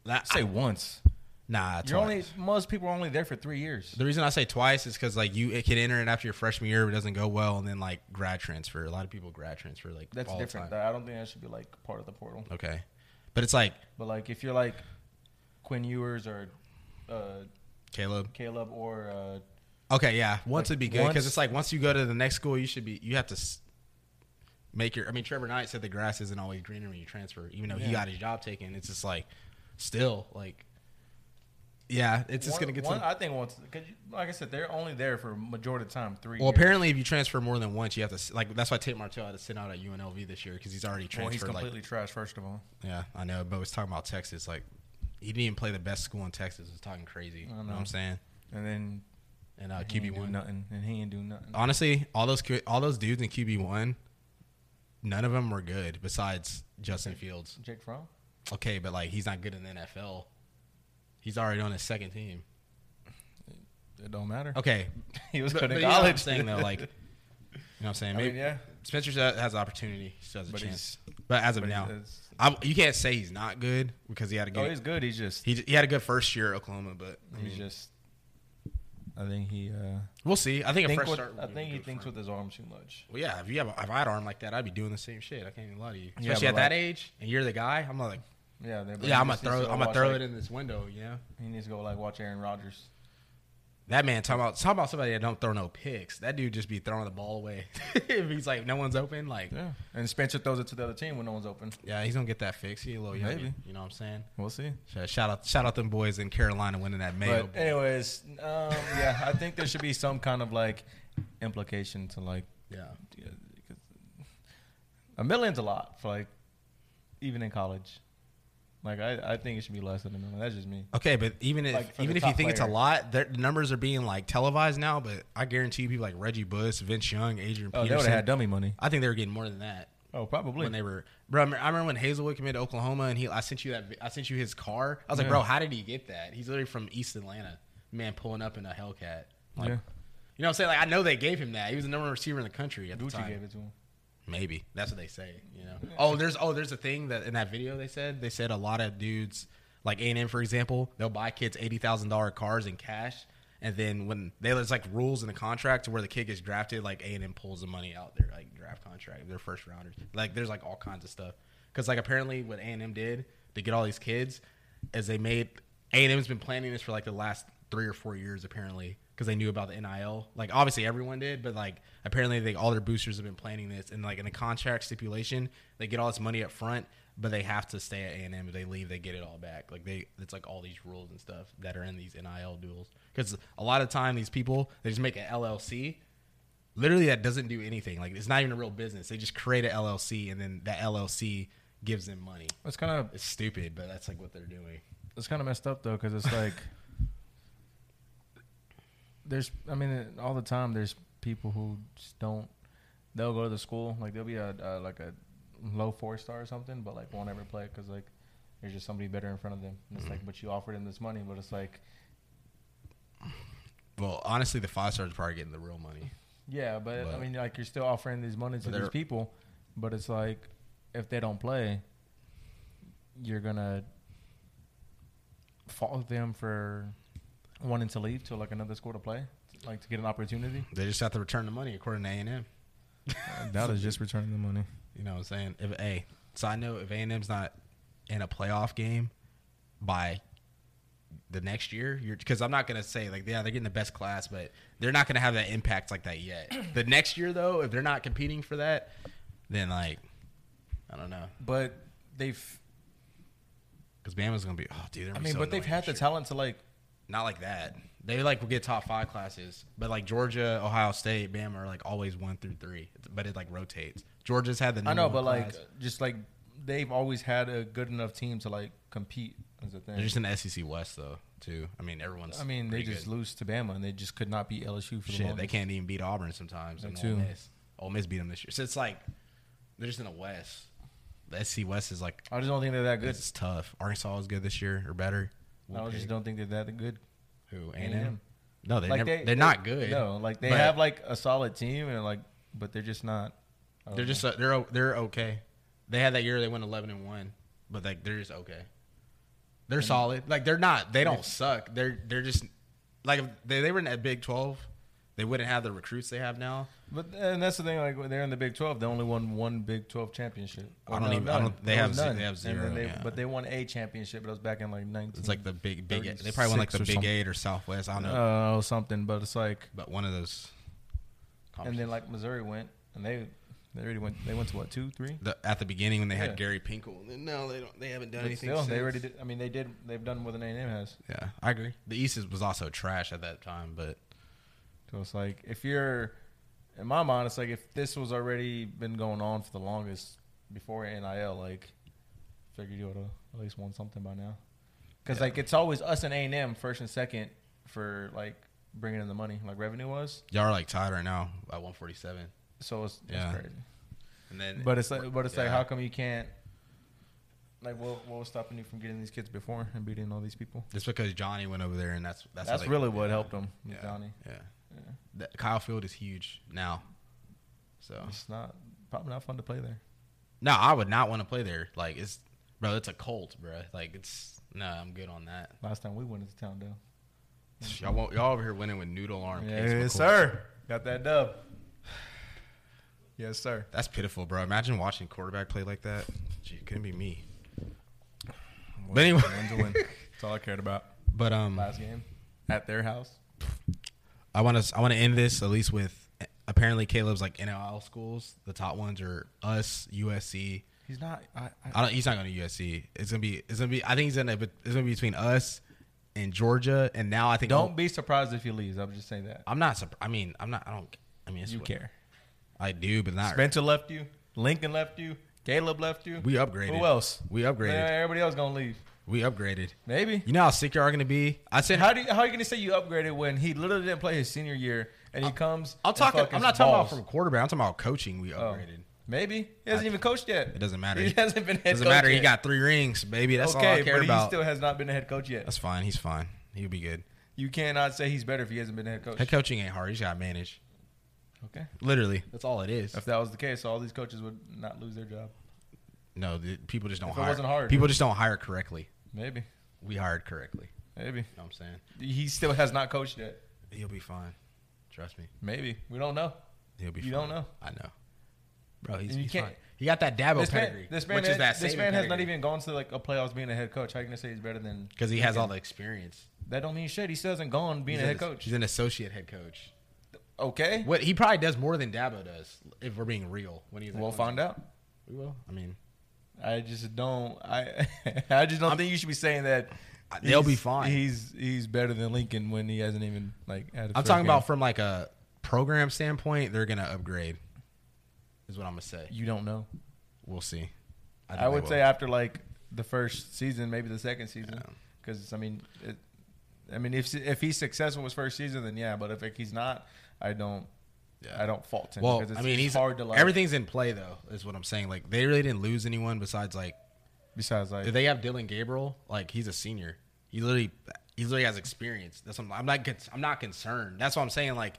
[SPEAKER 2] That,
[SPEAKER 1] say once.
[SPEAKER 2] nah, twice.
[SPEAKER 1] You're only most people are only there for three years.
[SPEAKER 2] The reason I say twice is because like you, it can enter it after your freshman year, if it doesn't go well, and then like grad transfer. A lot of people grad transfer like
[SPEAKER 1] That's
[SPEAKER 2] all the
[SPEAKER 1] different.
[SPEAKER 2] time.
[SPEAKER 1] I don't think that should be like part of the portal.
[SPEAKER 2] Okay, but it's like
[SPEAKER 1] But like if you're like Quinn Ewers or uh,
[SPEAKER 2] Caleb.
[SPEAKER 1] Caleb or uh,
[SPEAKER 2] Okay, yeah. Once
[SPEAKER 1] Like,
[SPEAKER 2] would be good because
[SPEAKER 1] once-
[SPEAKER 2] it's like once you go to the next school, you should be you have to s- make your. I mean, Trevor Knight said the grass isn't always greener when you transfer, even though he
[SPEAKER 1] Yeah.
[SPEAKER 2] got his job taken. It's just like still like, yeah, it's just
[SPEAKER 1] one-
[SPEAKER 2] gonna get
[SPEAKER 1] one,
[SPEAKER 2] to.
[SPEAKER 1] I think once because like I said, they're only there for majority of the time three.
[SPEAKER 2] well,
[SPEAKER 1] years.
[SPEAKER 2] apparently, if you transfer more than once, you have to s- like. That's why Tate Martell had to sit out at UNLV this year because he's already
[SPEAKER 1] well, he's
[SPEAKER 2] transferred. like,
[SPEAKER 1] completely trash. First of all,
[SPEAKER 2] yeah, I know. But was talking about Texas, like he didn't even play the best school in Texas. Was talking crazy. You know what
[SPEAKER 1] know.
[SPEAKER 2] I'm saying?
[SPEAKER 1] and then
[SPEAKER 2] And uh,
[SPEAKER 1] he ain't
[SPEAKER 2] QB
[SPEAKER 1] do
[SPEAKER 2] one.
[SPEAKER 1] nothing, and he ain't do nothing.
[SPEAKER 2] honestly, all those Q- all those dudes in QB one, none of them were good besides Justin Fields.
[SPEAKER 1] Jake Fromm.
[SPEAKER 2] Okay, but like he's not good in the NFL. He's already on his second team.
[SPEAKER 1] It don't matter.
[SPEAKER 2] Okay,
[SPEAKER 1] He was
[SPEAKER 2] but,
[SPEAKER 1] good
[SPEAKER 2] but
[SPEAKER 1] in
[SPEAKER 2] you know what I'm
[SPEAKER 1] college.
[SPEAKER 2] saying though, like you know what I'm saying.
[SPEAKER 1] I
[SPEAKER 2] Maybe
[SPEAKER 1] mean, yeah.
[SPEAKER 2] Spencer has has an opportunity, still has a
[SPEAKER 1] But
[SPEAKER 2] chance. But as of
[SPEAKER 1] but
[SPEAKER 2] now,
[SPEAKER 1] it's-
[SPEAKER 2] I, you can't say he's not good because he had a
[SPEAKER 1] Oh,
[SPEAKER 2] good.
[SPEAKER 1] he's good. He's just
[SPEAKER 2] he, he had a good first year at Oklahoma, but I
[SPEAKER 1] he's
[SPEAKER 2] mean,
[SPEAKER 1] just. I think he. Uh,
[SPEAKER 2] we'll see. I think a
[SPEAKER 1] think
[SPEAKER 2] fresh
[SPEAKER 1] with-
[SPEAKER 2] start. would
[SPEAKER 1] I
[SPEAKER 2] be
[SPEAKER 1] think he
[SPEAKER 2] good for
[SPEAKER 1] thinks
[SPEAKER 2] him.
[SPEAKER 1] with his arm too much.
[SPEAKER 2] Well, yeah, if you have a, if I had an arm like that, I'd be doing the same shit. I can't even lie to you.
[SPEAKER 1] Yeah,
[SPEAKER 2] Especially
[SPEAKER 1] but
[SPEAKER 2] at that
[SPEAKER 1] like-
[SPEAKER 2] age, and you're the guy. I'm like,
[SPEAKER 1] Yeah, they're- but he
[SPEAKER 2] yeah, I'm gonna
[SPEAKER 1] just needs
[SPEAKER 2] throw,
[SPEAKER 1] go
[SPEAKER 2] I'm gonna
[SPEAKER 1] watch,
[SPEAKER 2] throw
[SPEAKER 1] like-
[SPEAKER 2] it in this window. You know,
[SPEAKER 1] He needs to go like watch Aaron Rodgers.
[SPEAKER 2] That man talking about talking about somebody that don't throw no picks. That dude just be throwing the ball away. if he's like no one's open, like
[SPEAKER 1] Yeah. And Spencer throws it to the other team when no one's open.
[SPEAKER 2] yeah, he's gonna get that fixed. He a little
[SPEAKER 1] Maybe.
[SPEAKER 2] young. You know what I'm saying?
[SPEAKER 1] We'll see.
[SPEAKER 2] So Shout out shout out them boys in Carolina winning that Mayo.
[SPEAKER 1] But
[SPEAKER 2] Bowl.
[SPEAKER 1] anyways, um, yeah, I think there should be some kind of like implication to like
[SPEAKER 2] yeah.
[SPEAKER 1] yeah, 'cause a million's a lot for like even in college. Like I, I think it should be less than a million. That's just me.
[SPEAKER 2] Okay, but even if
[SPEAKER 1] Like, for
[SPEAKER 2] even
[SPEAKER 1] the
[SPEAKER 2] if you
[SPEAKER 1] top
[SPEAKER 2] think it's a
[SPEAKER 1] player.
[SPEAKER 2] lot, their the numbers are being like televised now. But I guarantee you, people like Reggie Bush, Vince Young, Adrian
[SPEAKER 1] Oh, they would
[SPEAKER 2] Peterson,
[SPEAKER 1] have had dummy money.
[SPEAKER 2] I think they were getting more than that
[SPEAKER 1] Oh, probably.
[SPEAKER 2] when they were. Bro, I remember- I remember when Hazelwood committed to Oklahoma, and he I sent you that I sent you his car. I was like,
[SPEAKER 1] Yeah.
[SPEAKER 2] bro, how did he get that? He's literally from East Atlanta, man, pulling up in a Hellcat.
[SPEAKER 1] Yeah.
[SPEAKER 2] Like, You know what I'm saying? Like I know they gave him that. He was the number one receiver in the country at the
[SPEAKER 1] Gucci
[SPEAKER 2] time.
[SPEAKER 1] gave it to him.
[SPEAKER 2] Maybe that's what they say. You know. Oh, there's oh there's a thing that in that video they said they said a lot of dudes like A and M for example they'll buy kids eighty thousand dollar cars in cash. And then when they there's like rules in the contract to where the kid gets drafted, like A and M pulls the money out their like draft contract, their first rounders. Like there's like all kinds of stuff. Because like apparently what A and M did to get all these kids is they made A and M's been planning this for like the last three or four years apparently because they knew about the NIL. Like obviously everyone did, but like apparently they all their boosters have been planning this and like in the contract stipulation they get all this money up front, but they have to stay at A and M. If they leave, they get it all back. Like they it's like all these rules and stuff that are in these NIL duels because a lot of time these people they just make an LLC. Literally, that doesn't do anything. Like it's not even a real business. They just create an LLC, and then that LLC gives them money.
[SPEAKER 1] It's kind of
[SPEAKER 2] It's stupid, but that's like what they're doing.
[SPEAKER 1] it's kind of messed up though because it's like there's i mean all the time there's people who just don't they'll go to the school like they'll be a, a like a low four star or something but like won't ever play because like there's just somebody better in front of them and it's like but you offered them this money but it's like
[SPEAKER 2] Well, honestly, the five stars are probably getting the real money.
[SPEAKER 1] yeah but, i
[SPEAKER 2] But-
[SPEAKER 1] mean like you're still offering these money to
[SPEAKER 2] But they're-
[SPEAKER 1] these people but it's like if they don't play you're gonna fault them for wanting to leave to like another school to play like to get an opportunity
[SPEAKER 2] They just have to return the money according to A and M.
[SPEAKER 1] Uh, That is just returning the money.
[SPEAKER 2] You know what I'm saying? If hey, side note, if A and M's not in a playoff game by the next year, you're because I'm not gonna say like yeah they're getting the best class, but they're not gonna have that impact like that yet. the next year though, if they're not competing for that, then like I don't know
[SPEAKER 1] But they've,
[SPEAKER 2] because Bama's gonna be oh dude. they're
[SPEAKER 1] I
[SPEAKER 2] gonna be
[SPEAKER 1] mean,
[SPEAKER 2] so
[SPEAKER 1] but they've
[SPEAKER 2] annoying
[SPEAKER 1] had
[SPEAKER 2] this
[SPEAKER 1] the
[SPEAKER 2] year.
[SPEAKER 1] talent to like,
[SPEAKER 2] Not like that. They like will get top five classes, but like Georgia, Ohio State, Bama are like always one through three, but it like rotates. Georgia's had the
[SPEAKER 1] I
[SPEAKER 2] number
[SPEAKER 1] know,
[SPEAKER 2] one
[SPEAKER 1] but like,
[SPEAKER 2] class.
[SPEAKER 1] just like they've always had a good enough team to like compete. Is the
[SPEAKER 2] they're
[SPEAKER 1] thing.
[SPEAKER 2] just in the SEC West though too. I mean everyone's.
[SPEAKER 1] I mean, they
[SPEAKER 2] pretty
[SPEAKER 1] just
[SPEAKER 2] good.
[SPEAKER 1] lose to Bama and they just could not beat LSU for the
[SPEAKER 2] shit.
[SPEAKER 1] longest.
[SPEAKER 2] They can't even beat Auburn sometimes.
[SPEAKER 1] Them
[SPEAKER 2] And
[SPEAKER 1] too.
[SPEAKER 2] Ole Miss, Ole Miss beat them this year. So it's like they're just in the West. The SEC West is like
[SPEAKER 1] I just don't think they're that good.
[SPEAKER 2] it's tough. Arkansas is good this year or better.
[SPEAKER 1] I just don't think they're that good.
[SPEAKER 2] Who
[SPEAKER 1] A&M.
[SPEAKER 2] A&M? No, they
[SPEAKER 1] like
[SPEAKER 2] never,
[SPEAKER 1] they,
[SPEAKER 2] they're not good.
[SPEAKER 1] No, like they
[SPEAKER 2] but
[SPEAKER 1] have like a solid team and like, but they're just not. I don't
[SPEAKER 2] They're
[SPEAKER 1] know.
[SPEAKER 2] just uh, they're o- they're okay. They had that year they went eleven and one, but like they're just okay.
[SPEAKER 1] Mm-hmm.
[SPEAKER 2] They're solid. Like they're not. They don't suck. They're they're just like if they they were in that Big Twelve. They wouldn't have the recruits they have now.
[SPEAKER 1] But and that's the thing. Like when they're in the Big Twelve, they only won one Big Twelve championship.
[SPEAKER 2] I don't even- I
[SPEAKER 1] none.
[SPEAKER 2] don't- they
[SPEAKER 1] There
[SPEAKER 2] have
[SPEAKER 1] was
[SPEAKER 2] ze-
[SPEAKER 1] none.
[SPEAKER 2] they have
[SPEAKER 1] And
[SPEAKER 2] zero,
[SPEAKER 1] then they-
[SPEAKER 2] yeah.
[SPEAKER 1] But they won a championship. But it was back in like nineteen.
[SPEAKER 2] It's like the big big. Eight. They probably won like the
[SPEAKER 1] 36 or
[SPEAKER 2] Big
[SPEAKER 1] something.
[SPEAKER 2] Eight or Southwest. I don't know,
[SPEAKER 1] oh something. But it's like
[SPEAKER 2] but one of those.
[SPEAKER 1] and then like Missouri went and they they already went they went to what two three.
[SPEAKER 2] the, at the beginning when they
[SPEAKER 1] Yeah.
[SPEAKER 2] had Gary Pinkel, and then no, they don't. They haven't done
[SPEAKER 1] But
[SPEAKER 2] anything.
[SPEAKER 1] still,
[SPEAKER 2] since.
[SPEAKER 1] they already did. I mean, they did. They've done more than A and M has.
[SPEAKER 2] Yeah, I agree. The East is, was also trash at that time, but
[SPEAKER 1] So it's like if you're, in my mind, it's like if this was already been going on for the longest before NIL, like figured you would have at least won something by now. Because
[SPEAKER 2] Yeah.
[SPEAKER 1] like it's always us and A and M first and second for like bringing in the money, like revenue was.
[SPEAKER 2] y'all are like tied right now at one forty seven,
[SPEAKER 1] So it's, it's
[SPEAKER 2] Yeah.
[SPEAKER 1] crazy.
[SPEAKER 2] and then
[SPEAKER 1] But it's like, but it's like,
[SPEAKER 2] Yeah.
[SPEAKER 1] how come you can't? Like, what what was stopping you from getting these kids before and beating all these people?
[SPEAKER 2] It's because Johnny went over there, and that's that's,
[SPEAKER 1] That's,
[SPEAKER 2] how they-
[SPEAKER 1] really what helped them,
[SPEAKER 2] yeah,
[SPEAKER 1] Johnny.
[SPEAKER 2] Yeah,
[SPEAKER 1] Yeah.
[SPEAKER 2] That- Kyle Field is huge now. So
[SPEAKER 1] It's not probably not fun to play there.
[SPEAKER 2] no, I would not want to play there. Like it's, bro, it's a cult, bro. Like it's no, I'm good on that.
[SPEAKER 1] Last time we went into town, though.
[SPEAKER 2] Y'all won't, y'all over here winning with noodle arm.
[SPEAKER 1] Mm-hmm. Yes,
[SPEAKER 2] cakes with Colts.
[SPEAKER 1] sir. Got that dub. Yes, sir.
[SPEAKER 2] That's pitiful, bro. Imagine watching quarterback play like that. Gee, it couldn't be me. But anyway,
[SPEAKER 1] Win to win. That's all I cared about.
[SPEAKER 2] but um,
[SPEAKER 1] Last game at their house.
[SPEAKER 2] I want to I want to end this at least with apparently Caleb's like NLL schools. The top ones are us, USC.
[SPEAKER 1] He's not. I, I,
[SPEAKER 2] I don't. He's not going to USC. It's gonna be. It's gonna be. I think he's gonna. But it's gonna be between us and Georgia. And now I think.
[SPEAKER 1] don't be surprised if he leaves. I'm just saying that.
[SPEAKER 2] I'm not. surpri- I mean, I'm not. I don't. I mean, it's
[SPEAKER 1] You
[SPEAKER 2] what-
[SPEAKER 1] care.
[SPEAKER 2] I do, but not.
[SPEAKER 1] Spencer left you. Lincoln left you. Caleb left you.
[SPEAKER 2] We upgraded.
[SPEAKER 1] Who else?
[SPEAKER 2] We upgraded.
[SPEAKER 1] Yeah, everybody else gonna leave.
[SPEAKER 2] We upgraded.
[SPEAKER 1] Maybe.
[SPEAKER 2] You know how sick you are going to be. I said.
[SPEAKER 1] How do you, how are you gonna say you upgraded when he literally didn't play his senior year and he comes?
[SPEAKER 2] I'll
[SPEAKER 1] and
[SPEAKER 2] talk. I'm
[SPEAKER 1] fucking
[SPEAKER 2] not talking about
[SPEAKER 1] balls?
[SPEAKER 2] from quarterback. I'm talking about coaching. We
[SPEAKER 1] Oh,
[SPEAKER 2] upgraded.
[SPEAKER 1] Maybe he hasn't even coached yet.
[SPEAKER 2] It doesn't matter.
[SPEAKER 1] He hasn't been head
[SPEAKER 2] doesn't
[SPEAKER 1] coach
[SPEAKER 2] matter. He
[SPEAKER 1] yet.
[SPEAKER 2] got three rings, baby. That's
[SPEAKER 1] okay,
[SPEAKER 2] all I care
[SPEAKER 1] but he
[SPEAKER 2] about.
[SPEAKER 1] still has not been a head coach yet.
[SPEAKER 2] That's fine. He's fine. He'll be good.
[SPEAKER 1] You cannot say he's better if he hasn't been a head coach.
[SPEAKER 2] Head coaching ain't hard. You just got to manage.
[SPEAKER 1] Okay.
[SPEAKER 2] Literally, that's all it is.
[SPEAKER 1] If that was the case, all these coaches would not lose their job.
[SPEAKER 2] No, the, people just don't
[SPEAKER 1] If it
[SPEAKER 2] hire.
[SPEAKER 1] wasn't hard,
[SPEAKER 2] people just don't hire correctly.
[SPEAKER 1] Maybe.
[SPEAKER 2] We hired correctly.
[SPEAKER 1] Maybe.
[SPEAKER 2] You know what I'm saying?
[SPEAKER 1] He still has not coached yet.
[SPEAKER 2] He'll be fine. Trust me.
[SPEAKER 1] Maybe. We don't know.
[SPEAKER 2] He'll be.
[SPEAKER 1] You
[SPEAKER 2] fine.
[SPEAKER 1] don't know.
[SPEAKER 2] I know, bro. He's,
[SPEAKER 1] And you
[SPEAKER 2] he's
[SPEAKER 1] can't-
[SPEAKER 2] fine. He got that Dabo
[SPEAKER 1] This man,
[SPEAKER 2] pedigree,
[SPEAKER 1] this man,
[SPEAKER 2] which
[SPEAKER 1] has,
[SPEAKER 2] is that
[SPEAKER 1] this man has not even gone to like a playoffs being a head coach. How you gonna say he's better than?
[SPEAKER 2] because he has all the experience.
[SPEAKER 1] That don't mean shit. He still hasn't gone being
[SPEAKER 2] He's
[SPEAKER 1] a
[SPEAKER 2] an
[SPEAKER 1] head
[SPEAKER 2] as-
[SPEAKER 1] coach.
[SPEAKER 2] He's an associate head coach.
[SPEAKER 1] Okay.
[SPEAKER 2] What he probably does more than Dabo does, if we're being real. When he's at
[SPEAKER 1] We'll
[SPEAKER 2] Clemson.
[SPEAKER 1] find out.
[SPEAKER 2] We will. I mean,
[SPEAKER 1] I just don't. I I just don't think you should be saying that.
[SPEAKER 2] I- they'll be
[SPEAKER 1] he's-
[SPEAKER 2] fine.
[SPEAKER 1] He's he's better than Lincoln when he hasn't even like. Had a fair
[SPEAKER 2] I'm talking
[SPEAKER 1] game.
[SPEAKER 2] about from like a program standpoint. They're gonna upgrade. Is what I'm gonna say.
[SPEAKER 1] you don't know.
[SPEAKER 2] We'll see. think
[SPEAKER 1] I,
[SPEAKER 2] they
[SPEAKER 1] would
[SPEAKER 2] will.
[SPEAKER 1] say after like the first season, maybe the second season,
[SPEAKER 2] Yeah.
[SPEAKER 1] because I mean, it, I mean, if if he's successful his first season, then yeah. But if like, he's not, I don't.
[SPEAKER 2] Yeah.
[SPEAKER 1] I don't fault him.
[SPEAKER 2] Well,
[SPEAKER 1] because it's,
[SPEAKER 2] I mean,
[SPEAKER 1] it's
[SPEAKER 2] he's
[SPEAKER 1] hard to like
[SPEAKER 2] everything's in play though. Is what I'm saying. Like they really didn't lose anyone besides like
[SPEAKER 1] Besides, like,
[SPEAKER 2] they have Dylan Gabriel. Like he's a senior. He literally he literally has experience. That's what I'm, I'm not cons- I'm not concerned. That's what I'm saying. Like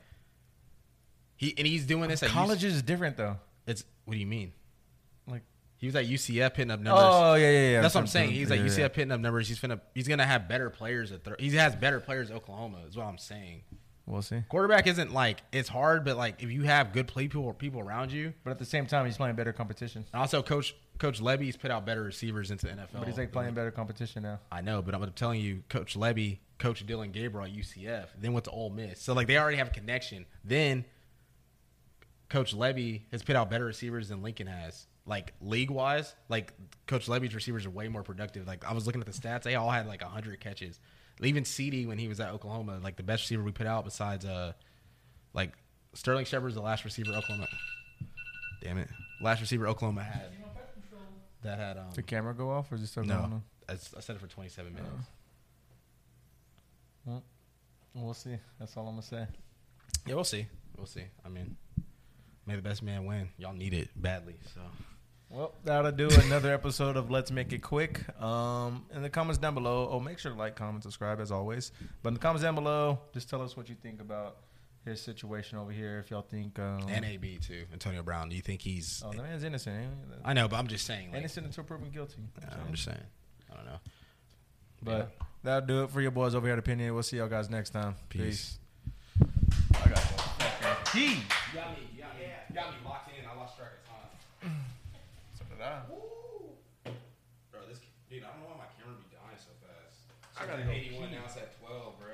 [SPEAKER 2] he and he's doing this at
[SPEAKER 1] college
[SPEAKER 2] UC
[SPEAKER 1] is different though.
[SPEAKER 2] it's what do you mean?
[SPEAKER 1] Like,
[SPEAKER 2] He was at UCF hitting up numbers.
[SPEAKER 1] oh yeah, yeah, yeah.
[SPEAKER 2] That's what I'm saying. He's like
[SPEAKER 1] Yeah, yeah.
[SPEAKER 2] UCF hitting up numbers. He's finna he's gonna have better players at throw. He has better players at Oklahoma. Is what I'm saying.
[SPEAKER 1] We'll see.
[SPEAKER 2] Quarterback isn't like it's hard, but like if you have good play people or people around you,
[SPEAKER 1] But at the same time, he's playing better competition.
[SPEAKER 2] And also, Coach Coach Levy's put out better receivers into the NFL.
[SPEAKER 1] But he's like playing better competition now.
[SPEAKER 2] I know, but I'm telling you, Coach Levy, Coach Dylan Gabriel at UCF, then went to Ole Miss. So like they already have a connection. Then Coach Levy has put out better receivers than Lincoln has. Like league wise, like Coach Levy's receivers are way more productive. Like I was looking at the stats, they all had like hundred catches. Even CD when he was at Oklahoma, like the best receiver we put out besides uh like Sterling Shepard's the last receiver Oklahoma. Damn it, last receiver Oklahoma had that had um
[SPEAKER 1] Did the camera go off or is it still going
[SPEAKER 2] no.
[SPEAKER 1] on?
[SPEAKER 2] I, s- I said it for 27 minutes.
[SPEAKER 1] We'll see. That's all I'm gonna say.
[SPEAKER 2] Yeah, we'll see. We'll see. I mean, may the best man win. Y'all need it badly. So
[SPEAKER 1] Well, that'll do another episode of Let's Make It Quick. Um, in the comments down below, oh, make sure to like, comment, subscribe as always. But in the comments down below, just tell us what you think about his situation over here. If y'all think um,
[SPEAKER 2] NAB too. Antonio Brown. Do you think he's?
[SPEAKER 1] oh, the man's innocent, ain't he?
[SPEAKER 2] I know, but I'm just saying. Like,
[SPEAKER 1] innocent until proven guilty.
[SPEAKER 2] yeah, I'm just saying. I don't know.
[SPEAKER 1] But that'll do it for your boys over here at Opinion. We'll see y'all guys next time.
[SPEAKER 2] Peace.
[SPEAKER 1] Peace. Peace.
[SPEAKER 2] You got me. You got me. You got me locked in. I lost track of time. Woo! Bro, this dude. I don't know why my camera be dying so fast.
[SPEAKER 1] I gotta go
[SPEAKER 2] Eighty-one.
[SPEAKER 1] pee.
[SPEAKER 2] Now it's at twelve, bro.